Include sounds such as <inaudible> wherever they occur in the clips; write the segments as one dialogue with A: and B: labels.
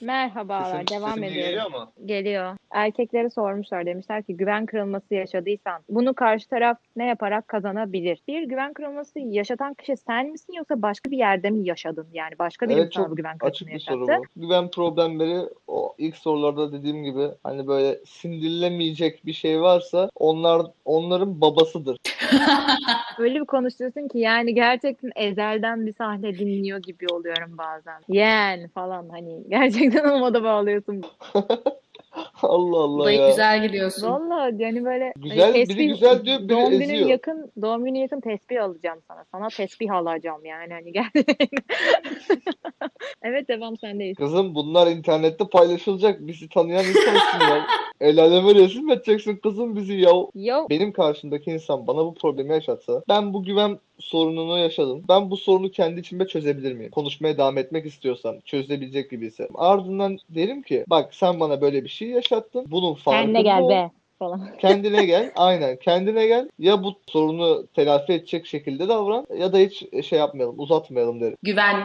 A: Merhabalar,
B: Sesim,
A: devam
B: sesim iyi
A: ediyorum.
B: geliyor mu?
A: Geliyor. Erkeklere sormuşlar demişler ki güven kırılması yaşadıysan bunu karşı taraf ne yaparak kazanabilir? Bir güven kırılması yaşatan kişi sen misin yoksa başka bir yerde mi yaşadın? Yani başka bir
B: Evet,
A: insan
B: çok
A: bu güven
B: Açık
A: kırılmasını
B: bir
A: yaşattı.
B: soru bu. Güven problemleri o ilk sorularda dediğim gibi hani böyle sindirilemeyecek bir şey varsa onlar onların babasıdır. <laughs>
A: Öyle bir konuşuyorsun ki yani gerçekten ezelden bir sahne dinliyor gibi oluyorum bazen. Yeğen falan hani gerçekten <laughs> olmadı bağlıyorsun.
B: Allah Allah
C: Dayı
B: ya.
C: güzel gidiyorsun.
A: Valla yani böyle
B: Güzel,
A: hani
B: biri güzel diyor, biri
A: doğum günün
B: eziyor.
A: yakın doğum günü yakın tesbih alacağım sana. Sana tesbih alacağım yani hani gerçekten. <laughs> evet devam sendeyiz.
B: Kızım bunlar internette paylaşılacak. Bizi tanıyan insansın ya. El aleme resim edeceksin kızım bizi ya.
A: Yo
B: Benim karşımdaki insan bana bu problemi yaşatsa ben bu güven sorununu yaşadım. Ben bu sorunu kendi içimde çözebilir mim? Konuşmaya devam etmek istiyorsam çözebilecek gibi ise. Ardından derim ki bak sen bana böyle bir şey yaşattın. Bunun
A: kendine
B: farkında
A: gel
B: ol.
A: be falan. <laughs>
B: Kendine gel. Aynen. Kendine gel. Ya bu sorunu telafi edecek şekilde davran ya da hiç şey yapmayalım, uzatmayalım derim.
C: Güven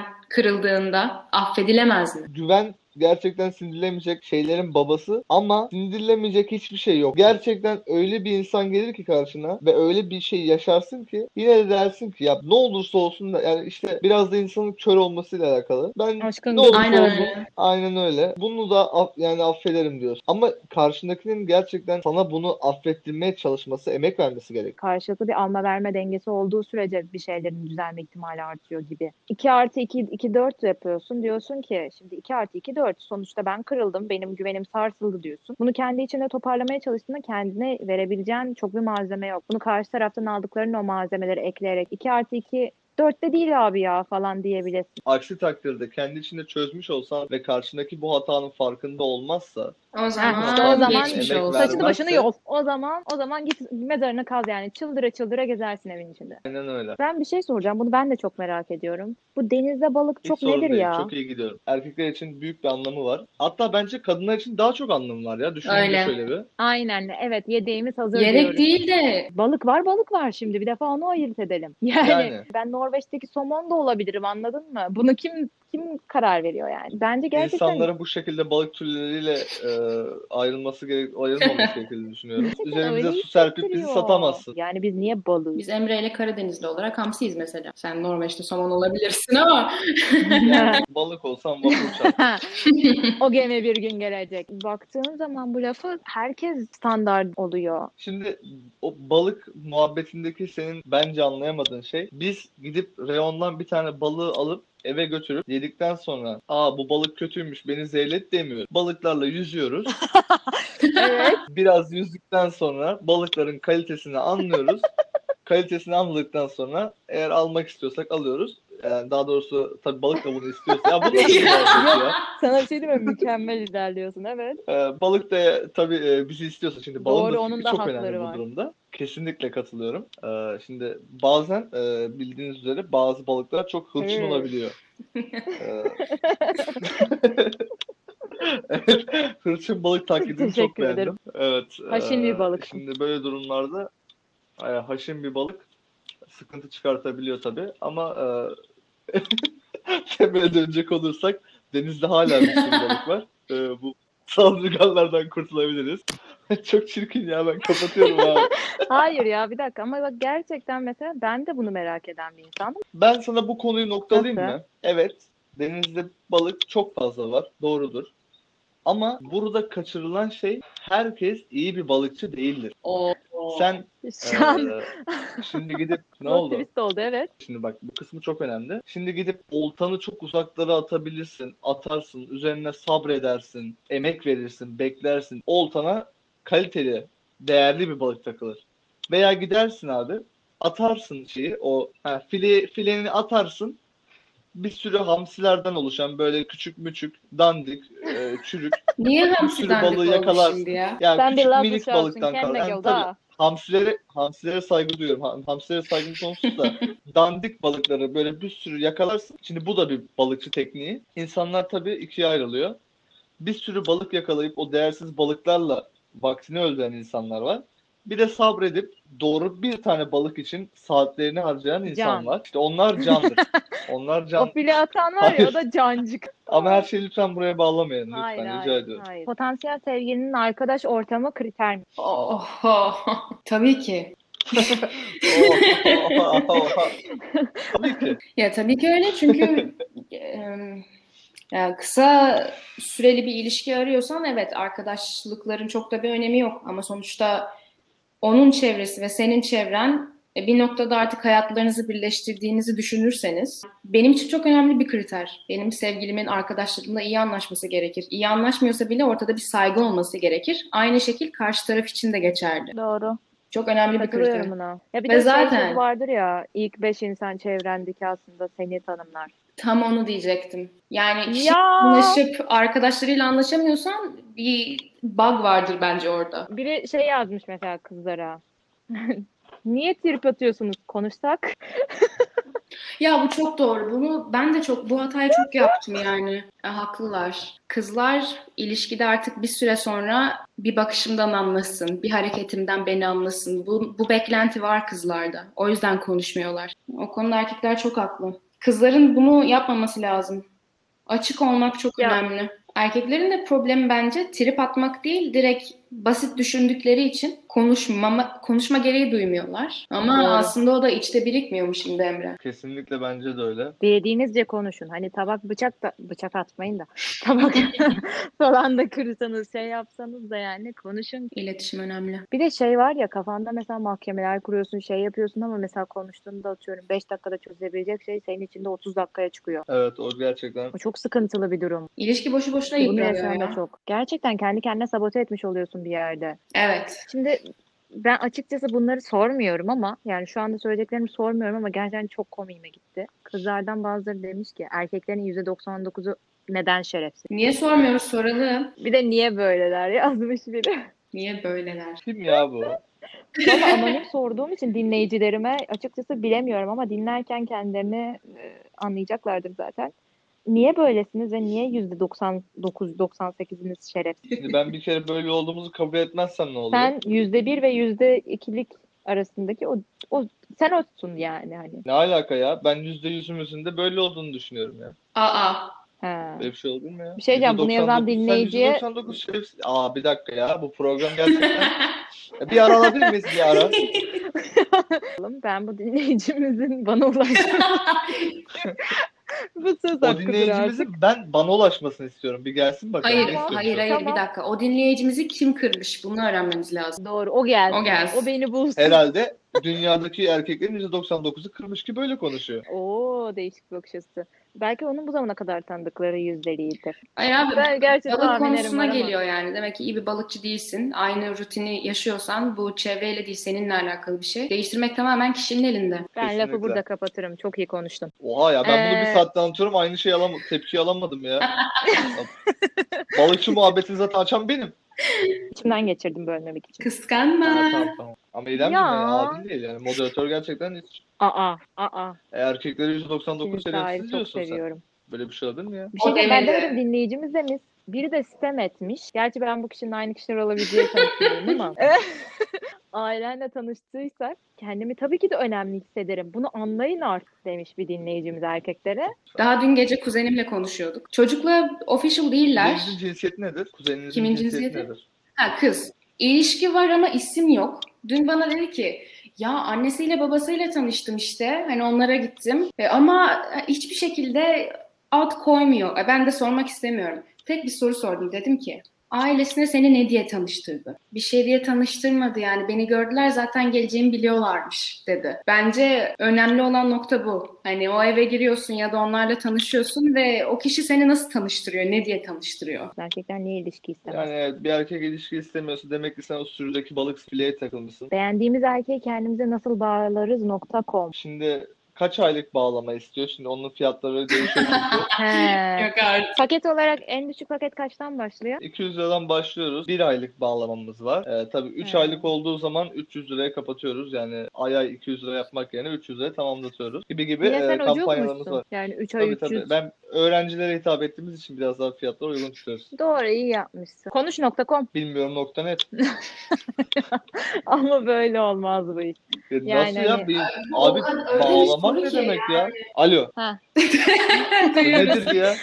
C: kırıldığında affedilemez mi?
B: Güven gerçekten sindirilemeyecek şeylerin babası ama sindirilemeyecek hiçbir şey yok. Gerçekten öyle bir insan gelir ki karşına ve öyle bir şey yaşarsın ki yine de dersin ki ya ne olursa olsun da yani işte biraz da insanın kör olmasıyla alakalı. Ben
A: Aşkın
B: ne olursa
C: Aynen
B: olsun
C: öyle.
B: Aynen öyle. Bunu da aff- yani affederim diyorsun. Ama karşındakinin gerçekten sana bunu affettirmeye çalışması, emek vermesi gerek.
A: Karşılıklı bir alma verme dengesi olduğu sürece bir şeylerin düzelme ihtimali artıyor gibi. 2 artı 2, 2 4 yapıyorsun. Diyorsun ki şimdi 2 artı 2 4 sonuçta ben kırıldım. Benim güvenim sarsıldı diyorsun. Bunu kendi içinde toparlamaya çalıştığında kendine verebileceğin çok bir malzeme yok. Bunu karşı taraftan aldıkların o malzemeleri ekleyerek 2 artı 2 4 de değil abi ya falan diyebilirsin.
B: Aksi takdirde kendi içinde çözmüş olsan ve karşındaki bu hatanın farkında olmazsa
C: O
A: Ha,
C: zaman,
A: işte o zaman
C: geçmiş
B: emek
C: olsun.
A: Saçını
B: vermezse-
A: başını yol. O zaman o zaman git mezarına kaz yani. Çıldıra çıldıra gezersin evin içinde.
B: aynen öyle.
A: Ben bir şey soracağım. Bunu ben de çok merak ediyorum. Bu denizde balık
B: Hiç
A: çok
B: sorun
A: nedir
B: değil.
A: ya?
B: Çok iyi gidiyorum. Erkekler için büyük bir anlamı var. Hatta bence kadınlar için daha çok anlamı var ya. Düşününce
C: Öyle.
A: <laughs>
B: şöyle bir.
A: Aynen. Evet, yedeğimiz hazır
C: Yedek
A: diyoruz.
C: değil de
A: Balık var, balık var şimdi. Bir defa onu ayırt edelim. <laughs> Yani,
B: Yani.
A: ben Norveç'teki somon da olabilirim, anladın mı? Bunu kim kim karar veriyor yani? Bence gerçekten
B: İnsanlara bu şekilde balık türleriyle e, ayrılması gerek,
A: <laughs>
B: ayrılmaması gerektiğini düşünüyorum.
A: Gerçekten
B: Üzerimize
A: öyle
B: su serpip bizi
A: hissettiriyor.
B: satamazsın.
A: Yani biz niye balığı? <laughs>
C: biz Emre ile Karadenizli olarak hamsiyiz mesela. Sen Norveçli somon olabilirsin ama
A: <laughs>
B: Yani balık olsam vapur çarpar.
A: o gemi bir gün gelecek. Baktığın zaman bu lafı herkes standart <laughs> oluyor.
B: Şimdi o balık muhabbetindeki senin bence anlayamadığın şey biz gidip reyondan bir tane balığı alıp eve götürüp yedikten sonra aa bu balık kötüymüş beni zehirlet demiyoruz. Balıklarla yüzüyoruz.
A: Evet.
B: Biraz yüzdükten sonra balıkların kalitesini
A: <laughs>
B: anlıyoruz. kalitesini anladıktan sonra eğer almak istiyorsak alıyoruz. Yani daha doğrusu tabii balık da bunu istiyorsa. Ya bu
A: <laughs>
B: da bir muhabbet ya.
A: Sana bir şey diyeyim mi? Mükemmel ilerliyorsun. Evet.
B: Ee, balık da tabii e, bizi istiyorsa şimdi balığın
A: Doğru,
B: da
A: onun
B: fikri
A: da
B: çok
A: hakları
B: önemli
A: var.
B: bu durumda. Kesinlikle katılıyorum. Ee, şimdi bazen e, bildiğiniz üzere bazı balıklar çok hırçın
A: Hmm. <laughs>
B: olabiliyor. Ee, <laughs> evet, hırçın balık taklidini çok
A: Teşekkür
B: beğendim.
A: ederim.
B: Evet. e,
A: Haşin bir balık.
B: Şimdi böyle durumlarda e, haşin bir balık sıkıntı çıkartabiliyor tabii ama e, <laughs> temele dönecek olursak denizde hala bir sürü balık var. E, bu saldırganlardan kurtulabiliriz. <laughs> Çok çirkin ya ben kapatıyorum abi.
A: Hayır ya bir dakika ama bak gerçekten mesela ben de bunu merak eden bir insanım.
B: Ben sana bu konuyu noktalayayım
A: Nasıl?
B: mı? Evet, denizde balık çok fazla var, doğrudur. Ama burada kaçırılan şey herkes iyi bir balıkçı değildir.
C: o
B: Sen
A: Şu an
B: e, şimdi
A: <laughs>
B: gidip ne
A: plot
B: oldu?
A: twist oldu evet.
B: Şimdi bak bu kısmı çok önemli. Şimdi gidip oltanı çok uzaklara atabilirsin, atarsın, üzerine sabredersin, emek verirsin, beklersin. Oltana kaliteli, değerli bir balık takılır. Veya gidersin abi, atarsın şeyi, o ha, file, fileni atarsın. Bir sürü hamsilerden oluşan böyle küçük müçük, dandik, e, çürük.
C: niye
B: sürü
C: hamsiden
B: balığı yakalarsın.
C: şimdi ya?
B: Yani
A: Sen bir
B: küçük
A: laf
B: minik
A: düşersin
B: balıktan
A: kendine
B: kalan. Yani
A: gel
B: tabii <laughs>
A: da.
B: Hamsilere, hamsilere saygı duyuyorum. Ha- Hamsilere saygım sonsuz da
A: <laughs>
B: dandik balıkları böyle bir sürü yakalarsın. Şimdi bu da bir balıkçı tekniği. İnsanlar tabii ikiye ayrılıyor. Bir sürü balık yakalayıp o değersiz balıklarla vaktini öldüren insanlar var. Bir de sabredip doğru bir tane balık için saatlerini harcayan insan
A: Can.
B: var. İşte
A: <laughs>
B: onlar candır. onlar
A: O
B: can.
A: file atan var ya o
B: Hayır.
A: da cancık.
B: Ama her şeyi lütfen buraya bağlamayın. Lütfen
A: Hayır,
B: rica
A: hayır,
B: ediyorum.
A: hayır. Potansiyel sevgilinin arkadaş ortamı kriter mi?
C: Oho. Oh, <laughs> Tabii ki.
B: Oha, oha, oha.
A: <laughs>
B: Tabii ki.
C: Ya tabii ki öyle çünkü em, ya kısa süreli bir ilişki arıyorsan evet arkadaşlıkların çok da bir önemi yok ama sonuçta onun çevresi ve senin çevren e, bir noktada artık hayatlarınızı birleştirdiğinizi düşünürseniz benim için çok önemli bir kriter. Benim sevgilimin arkadaşlarımla iyi anlaşması gerekir. İyi anlaşmıyorsa bile ortada bir saygı olması gerekir. Aynı şekil karşı taraf için de geçerli.
A: Doğru.
C: Çok önemli bir kriter.
A: Katılıyorum buna. Ya bir
C: Ve
A: de
C: zaten-
A: şey sözü vardır ya ilk beş insan çevrendeki aslında seni tanımlar.
C: Tam onu diyecektim. Yani kişi
A: Ya
C: anlaşıp arkadaşlarıyla anlaşamıyorsan bir bug vardır bence orada.
A: biri şey yazmış mesela kızlara. <laughs> Niye trip atıyorsunuz konuşsak?
C: Ya bu çok doğru. Bunu ben de çok bu hatayı çok yaptım yani. E, haklılar. Kızlar ilişkide artık bir süre sonra bir bakışımdan anlasın, bir hareketimden beni anlasın. Bu, bu beklenti var kızlarda. O yüzden konuşmuyorlar. O konuda erkekler çok haklı. Kızların bunu yapmaması lazım. Açık olmak çok
A: Ya.
C: önemli. Erkeklerin de problemi bence trip atmak değil, direkt basit düşündükleri için konuşmama, konuşma gereği duymuyorlar. Ama
A: Doğru.
C: aslında o da içte birikmiyormuş şimdi Emre.
B: Kesinlikle bence de öyle.
A: Dilediğinizce konuşun. Hani tabak bıçak da bıçak atmayın da <laughs> tabak falan da kırsanız şey yapsanız da yani konuşun
C: İletişim önemli.
A: Bir de şey var ya kafanda mesela mahkemeler kuruyorsun şey yapıyorsun ama mesela konuştuğunda atıyorum 5 dakikada çözülebilecek şey senin içinde 30 dakikaya çıkıyor.
B: Evet o gerçekten.
A: Bu çok sıkıntılı bir durum.
C: İlişki boşu boşuna
A: Bunu
C: yıpranıyor
A: yaşayan da
C: ya.
A: çok. Gerçekten kendi kendine sabote etmiş oluyorsun bir yerde.
C: Evet.
A: Şimdi ben açıkçası bunları sormuyorum ama yani şu anda söyleyeceklerimi sormuyorum ama gerçekten çok komiğime gitti. Kızlardan bazıları demiş ki erkeklerin %99'u neden şerefsiz?
C: Niye sormuyoruz soralım.
A: Bir de niye böyleler yazmış biri.
C: Niye böyleler?
B: Kim ya bu?
A: Ama anonim sorduğum için dinleyicilerime açıkçası bilemiyorum ama dinlerken kendilerini e, anlayacaklardır zaten. Niye böylesiniz ve niye %99-98'iniz şerefsiz?
B: Şimdi ben bir kere böyle olduğumuzu kabul etmezsem ne olur?
A: Sen %1 ve %2'lik arasındaki o, o sen otsun yani hani.
B: Ne alaka ya? Ben yüzde yüzümüzün de böyle olduğunu düşünüyorum ya.
A: <laughs>
C: Aa.
A: Ha.
B: Böyle bir şey olur mu ya?
A: Bir şey diyeceğim, bunu yazan
B: 99 sen
A: dinleyiciye-
B: 99 şerefsiz- Aa bir dakika ya bu program gerçekten. bir ara alabilir miyiz bir ara?
A: <laughs> Oğlum Ben bu dinleyicimizin <laughs> bana
C: <laughs>
A: ulaştığı bu söz hakkıdır
B: o
A: artık.
B: dinleyicimizin ben bana ulaşmasını istiyorum. Bir gelsin bakalım.
C: hayır,
B: ne
A: Tamam,
B: istiyorsun?
C: hayır, hayır
A: Tamam.
C: bir dakika. O dinleyicimizi kim kırmış? Bunu öğrenmemiz lazım.
A: Doğru o gelsin.
C: O gelsin.
A: O beni bulsun.
B: Herhalde dünyadaki erkeklerin %99'u kırmış ki böyle konuşuyor.
A: Oo değişik bir bakış açısı. Belki onun bu zamana kadar tanıdıkları yüzdeliydi.
C: Hayır abi.
A: Ben gerçekten
C: Balık
A: tahminlerim
C: konusuna
A: var ama.
C: geliyor yani. Demek ki iyi bir balıkçı değilsin. Aynı rutini yaşıyorsan bu çevreyle değil seninle alakalı bir şey. Değiştirmek tamamen kişinin elinde.
A: Ben lafı
B: Kesinlikle.
A: burada kapatırım. Çok iyi konuştun.
B: Oha ya ben bunu
A: Ee,
B: bir saatte anlatıyorum aynı şeyi alam tepki
A: <laughs>
B: alamadım ya. Balıkçı muhabbetini zaten açan benim.
A: İçimden geçirdim bölmemek için.
B: Ha,
C: Kıskanma.
B: tamam tamam. Ama İrem
A: Ya.
B: ya. yani adil değil yani. Moderatör gerçekten hiç.
A: Aa, aa.
B: E, Erkekleri 199
A: Sizin sahip
B: şerefsiz
A: çok
B: diyorsun sen.
A: seviyorum.
B: Böyle bir şey olur mu ya?
A: Bir şey
C: O
A: diyeyim, ben
C: demedi.
A: demedim dinleyicimiz demiş. Biri de sitem etmiş. Gerçi ben bu kişinin aynı kişiler olabileceği sanmıyorum
B: <laughs>
A: ama. <laughs> Ailenle tanıştıysak kendimi tabii ki de önemli hissederim. Bunu anlayın artık demiş bir dinleyicimiz erkeklere.
C: Daha dün gece kuzenimle konuşuyorduk. Çocukla official değiller.
B: Kuzeninizin cinsiyeti nedir? Kuzeninizin
C: Kimin
B: cinsiyeti,
C: cinsiyeti?
B: nedir?
C: Ha kız. İlişki var ama isim yok. Dün bana dedi ki ya annesiyle babasıyla tanıştım işte. Hani onlara gittim. E, ama hiçbir şekilde ad koymuyor. E, ben de sormak istemiyorum. Tek bir soru sordum. Dedim ki ailesine seni ne diye tanıştırdı? Bir şey diye tanıştırmadı yani. Beni gördüler zaten geleceğimi biliyorlarmış dedi. Bence önemli olan nokta bu. Hani o eve giriyorsun ya da onlarla tanışıyorsun ve o kişi seni nasıl tanıştırıyor? Ne diye tanıştırıyor?
A: Erkekler niye ilişki istemez?
B: Yani evet, bir erkek ilişki istemiyorsa demek ki sen o sürüdeki balık fileye takılmışsın.
A: Beğendiğimiz erkeği kendimize nasıl bağlarız nokta
B: <laughs>
A: com.
B: Şimdi kaç aylık bağlama istiyor? Şimdi onun fiyatları değişiyor
A: <laughs>
B: çünkü.
A: He.
C: Yok artık.
A: Paket olarak en düşük paket kaçtan başlıyor?
B: 200 liradan başlıyoruz. 1 aylık bağlamamız var. Ee, tabii 3
A: Hmm.
B: aylık olduğu zaman 300 liraya kapatıyoruz. Yani ay ay 200 lira yapmak yerine 300 liraya tamamlatıyoruz. Gibi gibi
A: Yine
B: e,
A: sen
B: kampanyalarımız var.
A: ucuzmuşsun. Yani 3 ay
B: Tabii tabii.
A: 300.
B: Ben öğrencilere hitap ettiğimiz için biraz daha fiyatlar uygun tutuyoruz.
A: Doğru iyi yapmışsın. Konuş.com
B: Bilmiyorum nokta net.
A: <laughs> ama böyle olmaz bu iş.
B: Ya
A: Yani
B: Nasıl ya?
A: hani-
B: Bir-
C: O
B: abi
C: kadar öyle bir
B: bağlamak
C: soru
B: ne
C: ki
B: demek ya? Alo. bu <laughs> Nedir ya?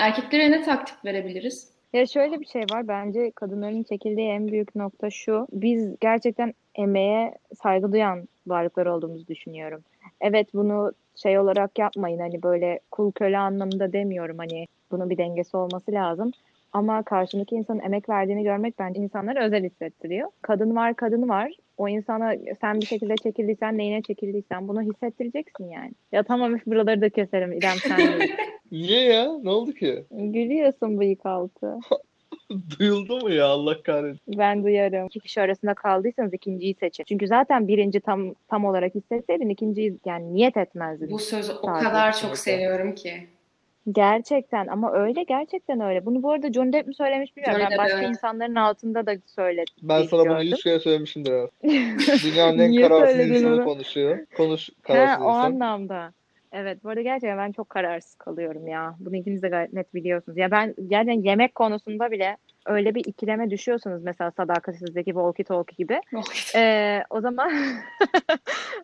C: Erkeklere ne taktik verebiliriz?
A: Ya şöyle bir şey var bence kadınların çekildiği en büyük nokta şu. Biz gerçekten emeğe saygı duyan varlıklar olduğumuzu düşünüyorum. Evet bunu şey olarak yapmayın hani böyle kul köle anlamında demiyorum hani bunun bir dengesi olması lazım. Ama karşındaki insanın emek verdiğini görmek bence insanları özel hissettiriyor. Kadın var kadın var. O insana sen bir şekilde çekildiysen neyine çekildiysen bunu hissettireceksin yani. Ya tamam üf, buraları da keserim İrem sen de.
B: Niye ya? Ne oldu ki?
A: <laughs> Gülüyorsun bıyık altı.
B: <laughs> Duyuldu mu ya Allah kahretsin?
A: Ben duyarım. İki kişi arasında kaldıysanız ikinciyi seçin. Çünkü zaten birinci tam tam olarak hissetseydin ikinciyi yani niyet etmezdin.
C: Bu sözü o
A: Takip
C: kadar çok
B: etmek.
C: seviyorum ki.
A: Gerçekten ama öyle gerçekten öyle. Bunu bu arada John Depp mi söylemiş bilmiyorum.
C: Johnny
A: Ben
C: Depp,
A: başka
C: evet.
A: insanların altında da söyledim.
B: Ben sana bunu
A: gördüm.
B: 100 kere söylemişimdir abi. Dünyanın
A: <laughs>
B: en
A: Niye
B: kararsız
A: söyledin
B: insanı
A: onu?
B: konuşuyor. Konuş
A: Ha,
B: kararsız
A: o
B: insan.
A: anlamda. Evet bu arada gerçekten ben çok kararsız kalıyorum ya. Bunu ikiniz de gayet net biliyorsunuz. Ya ben yani yemek konusunda bile öyle bir ikileme düşüyorsunuz mesela sadakatizdeki walkie talkie gibi.
C: <laughs>
A: Ee, o zaman <laughs>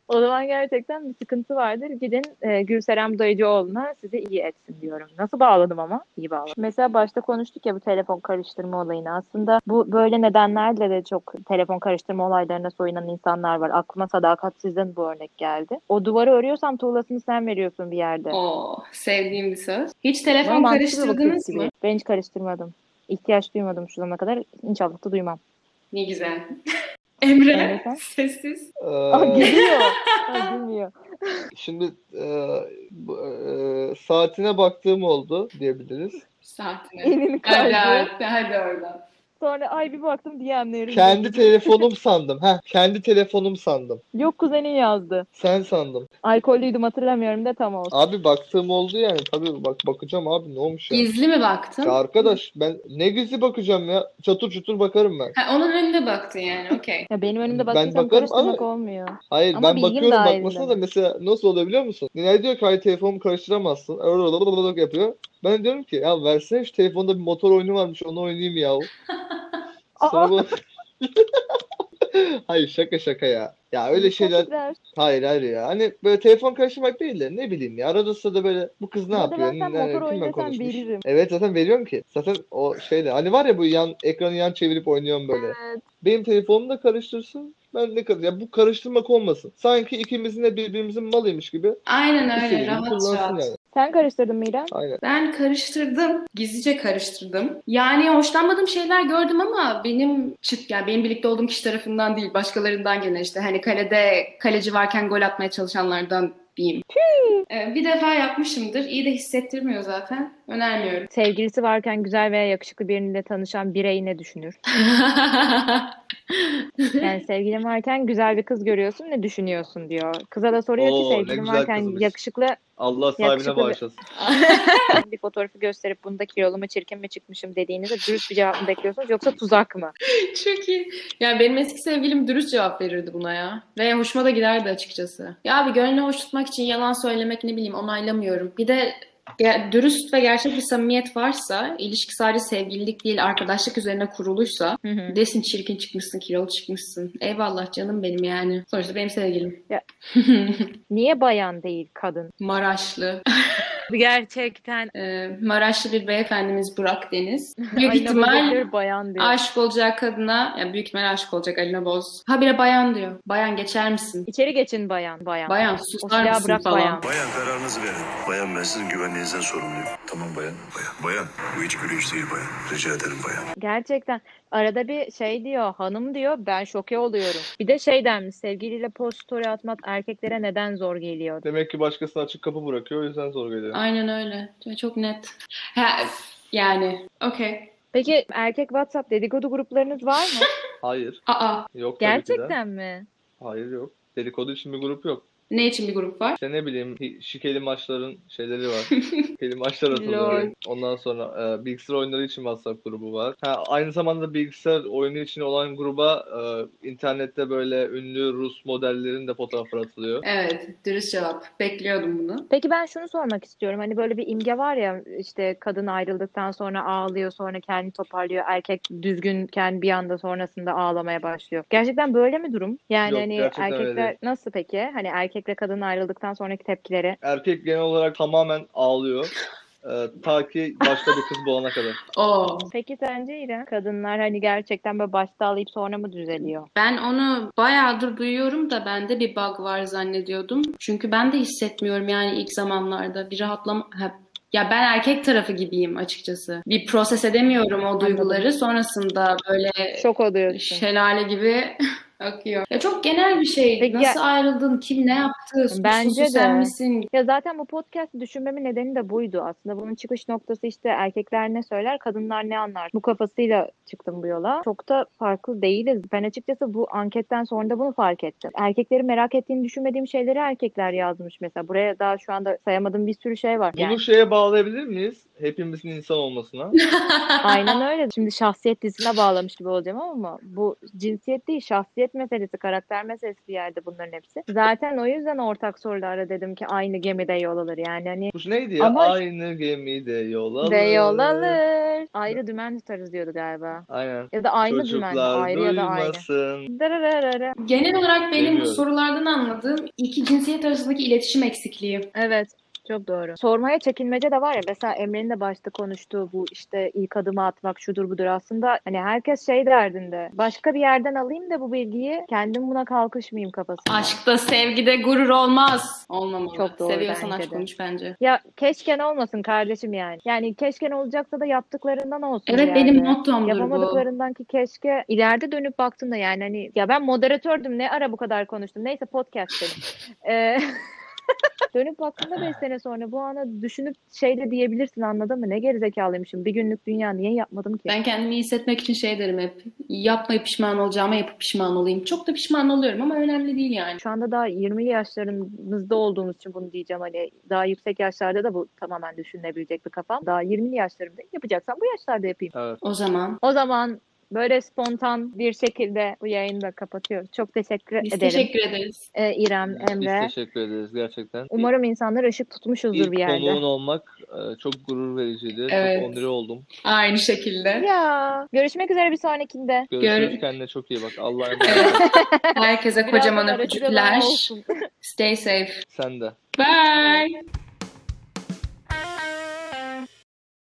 A: o zaman gerçekten bir sıkıntı vardır. Gidin e, Gülserem Dayıcıoğlu'na sizi iyi etsin diyorum. Nasıl bağladım ama? İyi bağladım. Mesela başta konuştuk ya bu telefon karıştırma olayını. Aslında bu böyle nedenlerle de çok telefon karıştırma olaylarına soyunan insanlar var. Aklıma sadakat sizden bu örnek geldi. O duvarı örüyorsam tuğlasını sen veriyorsun bir yerde.
C: Oo, sevdiğim bir söz. Hiç telefon
A: Ama mantıklı bir bakış
C: karıştırdınız
A: gibi.
C: mı?
A: Ben hiç karıştırmadım. İhtiyaç duymadım şu zamana kadar. İnşallah da duymam.
C: Ne güzel. <laughs> Emre, <laughs>
A: Emre sen?
C: sessiz.
A: Aa,
B: Ee,
C: <laughs>
A: gülüyor. Aa, gülmüyor.
B: Şimdi e, bu- e, saatine baktığım oldu diyebiliriz.
C: Saatine.
A: Elini kaydı.
C: Evet, hadi oradan.
A: Sonra ay bir baktım DM'lerim.
B: Kendi telefonum sandım. Ha, kendi telefonum sandım.
A: Yok kuzenin yazdı.
B: Sen sandım.
A: Alkollüydüm hatırlamıyorum da tam olsun.
B: Abi baktığım oldu yani. Tabii bak bakacağım abi ne olmuş ya.
C: Gizli mi
B: Ya
C: baktın?
B: arkadaş ben ne gizli bakacağım ya. Çatır çutur bakarım ben.
C: Ha, onun önünde baktın yani, okey.
A: Ya benim önümde
B: Ben
A: bakıyorsam
B: bakarım
A: karıştırmak
B: ama-
A: olmuyor.
B: Hayır
A: Ama
B: ben
A: bilgim
B: bakıyorum
A: dahilinde.
B: bakmasına da mesela nasıl oluyor biliyor musun? Nilay diyor ki hayır telefonumu karıştıramazsın. Öyle yapıyor. Ben diyorum ki ya versene şu telefonda bir motor oyunu varmış onu oynayayım ya.
A: <laughs>
B: Sonra
A: Aa.
B: bu- <laughs> hayır şaka şaka ya. Ya öyle şeyler
A: Tekrar.
B: hayır hayır ya. Hani böyle telefon karıştırmak değil de ne bileyim ya. Arada sırada böyle bu kız ne
A: Ya da
B: yapıyor?
A: ben sen
B: Ne-
A: motor
B: kimle
A: oyunu desen
B: konuşmuş?
A: veririm.
B: Evet zaten veriyorum ki. Zaten o şeyle hani var ya bu yan ekranı yan çevirip oynuyorum böyle.
A: Evet.
B: Benim telefonumu da karıştırsın. Ben ne kadar ya bu karıştırmak olmasın. Sanki ikimizin de birbirimizin malıymış gibi.
A: şey
C: Aynen öyle,
B: istediğini
C: rahat
B: kullansın
C: rahat.
B: yani.
A: Sen karıştırdın mı İrem?
B: Aynen.
C: Ben karıştırdım. Gizlice karıştırdım. Yani hoşlanmadığım şeyler gördüm ama benim çıt yani benim birlikte olduğum kişi tarafından değil başkalarından gelen işte hani kalede kaleci varken gol atmaya çalışanlardan diyeyim. Ee, bir defa yapmışımdır. İyi de hissettirmiyor zaten.
A: <laughs>
C: Önermiyorum.
A: Sevgilisi varken güzel veya yakışıklı biriyle tanışan birey ne düşünür? <laughs> Yani sevgilim varken güzel bir kız görüyorsun ne düşünüyorsun diyor. Kıza da soruyor
B: Oo,
A: ki
B: ne
A: sevgilim
B: güzel
A: varken
B: kızmış.
A: yakışıklı
B: Allah
A: Yakışıklı
B: sahibine
A: bir-
B: bağışlasın.
A: bir fotoğrafı gösterip bunda kilolu mu çirkin mi çıkmışım dediğinizde dürüst bir cevap mı bekliyorsunuz yoksa tuzak mı?
C: <laughs> Çok iyi. Yani benim eski sevgilim dürüst cevap verirdi buna ya. Ve hoşuma da giderdi açıkçası. Ya abi gönlünü hoş tutmak için yalan söylemek ne bileyim onaylamıyorum. Bir de ge- dürüst ve gerçek bir samimiyet varsa, ilişki sadece sevgililik değil arkadaşlık üzerine kuruluysa
A: Hı hı.
C: desin çirkin çıkmışsın, kilolu çıkmışsın. Eyvallah canım benim yani. Sonuçta benim sevgilim.
A: Ya. Niye bayan değil kadın?
C: <laughs> Maraşlı.
A: Gerçekten.
C: Ee, Maraşlı bir beyefendimiz Burak Deniz. Büyük
A: Ayna
C: ihtimal
A: böcekleri bayan diyor.
C: Aşık olacağı kadına, ya büyük ihtimal aşık olacak Alina Boz. Habire bayan diyor. Bayan geçer misin?
A: İçeri geçin bayan. Bayan.
C: Bayan
A: O
C: susar
A: silahı
C: mısın
A: bırak
C: falan.
A: bayan.
D: Bayan kararınızı verin. Bayan ben sizin güvenliğinizden sorumluyum. Tamam bayan. Bayan. Bayan. Bu hiç gülünç değil bayan. Rica ederim bayan.
A: Gerçekten arada bir şey diyor hanım diyor ben şoke oluyorum. Bir de şey denmiş sevgiliyle post story atmak erkeklere neden zor geliyor.
B: Demek ki başkasına açık kapı bırakıyor. O yüzden zor geliyor.
C: Aynen öyle. Ya Çok net. Ha, yani. Okey.
A: Peki erkek WhatsApp dedikodu gruplarınız var mı?
B: Hayır.
C: Aa.
B: Yok tabii ki de.
A: Gerçekten mi?
B: Hayır yok. Dedikodu için bir grup yok.
C: Ne için bir grup var?
B: İşte ne bileyim hi- şikeli maçların şeyleri var.
A: <laughs>
B: şikeli maçlar
A: Lol.
B: atılıyor. Ondan sonra e, bilgisayar oyunları için WhatsApp grubu var. Ha, aynı zamanda bilgisayar oyunu için olan gruba e, internette böyle ünlü Rus modellerin de fotoğrafları atılıyor.
C: Evet, dürüst cevap. Bekliyordum bunu.
A: Peki ben şunu sormak istiyorum. Hani böyle bir imge var ya işte kadın ayrıldıktan sonra ağlıyor sonra kendini toparlıyor. Erkek düzgünken bir anda sonrasında ağlamaya başlıyor. Gerçekten böyle mi durum? Yani
B: Yok,
A: hani
B: gerçekten
A: erkekler
B: öyle değil.
A: nasıl peki? Hani erkekle kadın ayrıldıktan sonraki tepkileri.
B: Erkek genel olarak tamamen ağlıyor. E, ta ki başka bir kız
A: <laughs>
B: bulana kadar.
C: Oo.
A: Peki sence İrem kadınlar hani gerçekten böyle başta ağlayıp sonra mı düzeliyor?
C: Ben onu bayağıdır duyuyorum da bende bir bug var zannediyordum. Çünkü ben de hissetmiyorum yani ilk zamanlarda bir rahatlama... Ha, Ya ben erkek tarafı gibiyim açıkçası. Bir proses edemiyorum o duyguları. Sonrasında böyle
A: Şok oluyorsun.
C: şelale gibi <laughs> akıyor. Ya çok genel bir şey.
A: Peki ya-
C: Nasıl ayrıldın? Kim ne yaptı? Suçlusu
A: Bence de.
C: sen misin?
A: Ya zaten bu podcast'i düşünmemin nedeni de buydu aslında. Bunun çıkış noktası işte erkekler ne söyler, kadınlar ne anlar. Bu kafasıyla çıktım bu yola. Çok da farklı değiliz. Ben açıkçası bu anketten sonra da bunu fark ettim. Erkekleri merak ettiğini düşünmediğim şeyleri erkekler yazmış mesela. Buraya daha şu anda sayamadığım bir sürü şey var. Yani.
B: Bunu şeye bağlayabilir miyiz? Hepimizin insan olmasına.
A: Aynen öyle. Şimdi şahsiyet dizisine bağlamış gibi olacağım ama bu cinsiyet değil şahsiyet meselesi, karakter meselesi bir yerde bunların hepsi. Zaten o yüzden ortak sorulara dedim ki aynı gemide yol alır. Yani hani
B: Bu şey neydi ya?
A: Ama-
B: Aynı gemide yol alır.
A: De yol alır. Ayrı dümen tutarız diyordu galiba.
B: Aynen.
A: Ya da aynı dümen.
B: Çocuklar
A: Ayrı ya da aynı.
B: duymasın.
A: Darararara.
C: Genel olarak benim bu
B: Bilmiyorum.
C: sorulardan anladığım iki cinsiyet arasındaki iletişim eksikliği.
A: Evet. Çok doğru. Sormaya çekinmece de var ya mesela Emre'nin de başta konuştuğu bu işte ilk adımı atmak şudur budur aslında hani herkes şey derdinde başka bir yerden alayım da bu bilgiyi kendim buna kalkışmayayım kafasında.
C: Aşkta, sevgide gurur olmaz. Olmamalı.
A: Çok doğru
C: Seviyorsan
A: bence
C: aç
A: de.
C: konuş bence.
A: Ya keşken olmasın kardeşim yani. Yani keşken olacaksa da yaptıklarından olsun.
C: Evet
A: yani.
C: benim mottomdur bu.
A: Yapamadıklarından ki keşke ileride dönüp baktığında yani hani ya ben moderatördüm ne ara bu kadar konuştum. Neyse podcast
C: <laughs>
A: benim. Ee, <laughs> dönüp baktığında 5 sene sonra bu ana düşünüp şey de diyebilirsin anladın mı? Ne gerizekalıymışım. Bir günlük dünya niye yapmadım ki?
C: Ben kendimi iyi hissetmek için şey derim hep. Yapmayıp pişman olacağıma yapıp pişman olayım. Çok da pişman oluyorum ama önemli değil yani.
A: Şu anda daha 20'li yaşlarımızda olduğumuz için bunu diyeceğim hani daha yüksek yaşlarda da bu tamamen düşünülebilecek bir kafam. Daha 20'li yaşlarımda yapacaksam bu yaşlarda yapayım.
B: Evet.
C: O zaman
A: O zaman böyle spontan bir şekilde bu yayını da kapatıyoruz. Çok teşekkür
C: biz
A: ederim.
C: teşekkür ederiz.
A: Ee, İrem, Emre.
B: Biz teşekkür ederiz gerçekten.
A: Umarım insanlar ışık tutmuşuzdur
B: İlk
A: bir yerde.
B: konuğun olmak e, çok gurur vericiydi.
C: Evet.
B: Çok onur oldum.
C: Aynı şekilde.
A: Ya görüşmek üzere bir sonrakinde.
B: Görüşürüz.
C: Gör-
B: Kendine çok iyi bak. Allah'a
C: Evet.
B: emanet.
C: Herkese kocaman
A: Birazdan aracı
C: öpücükler.
A: olsun.
C: Stay safe.
B: Sen de.
C: Bye.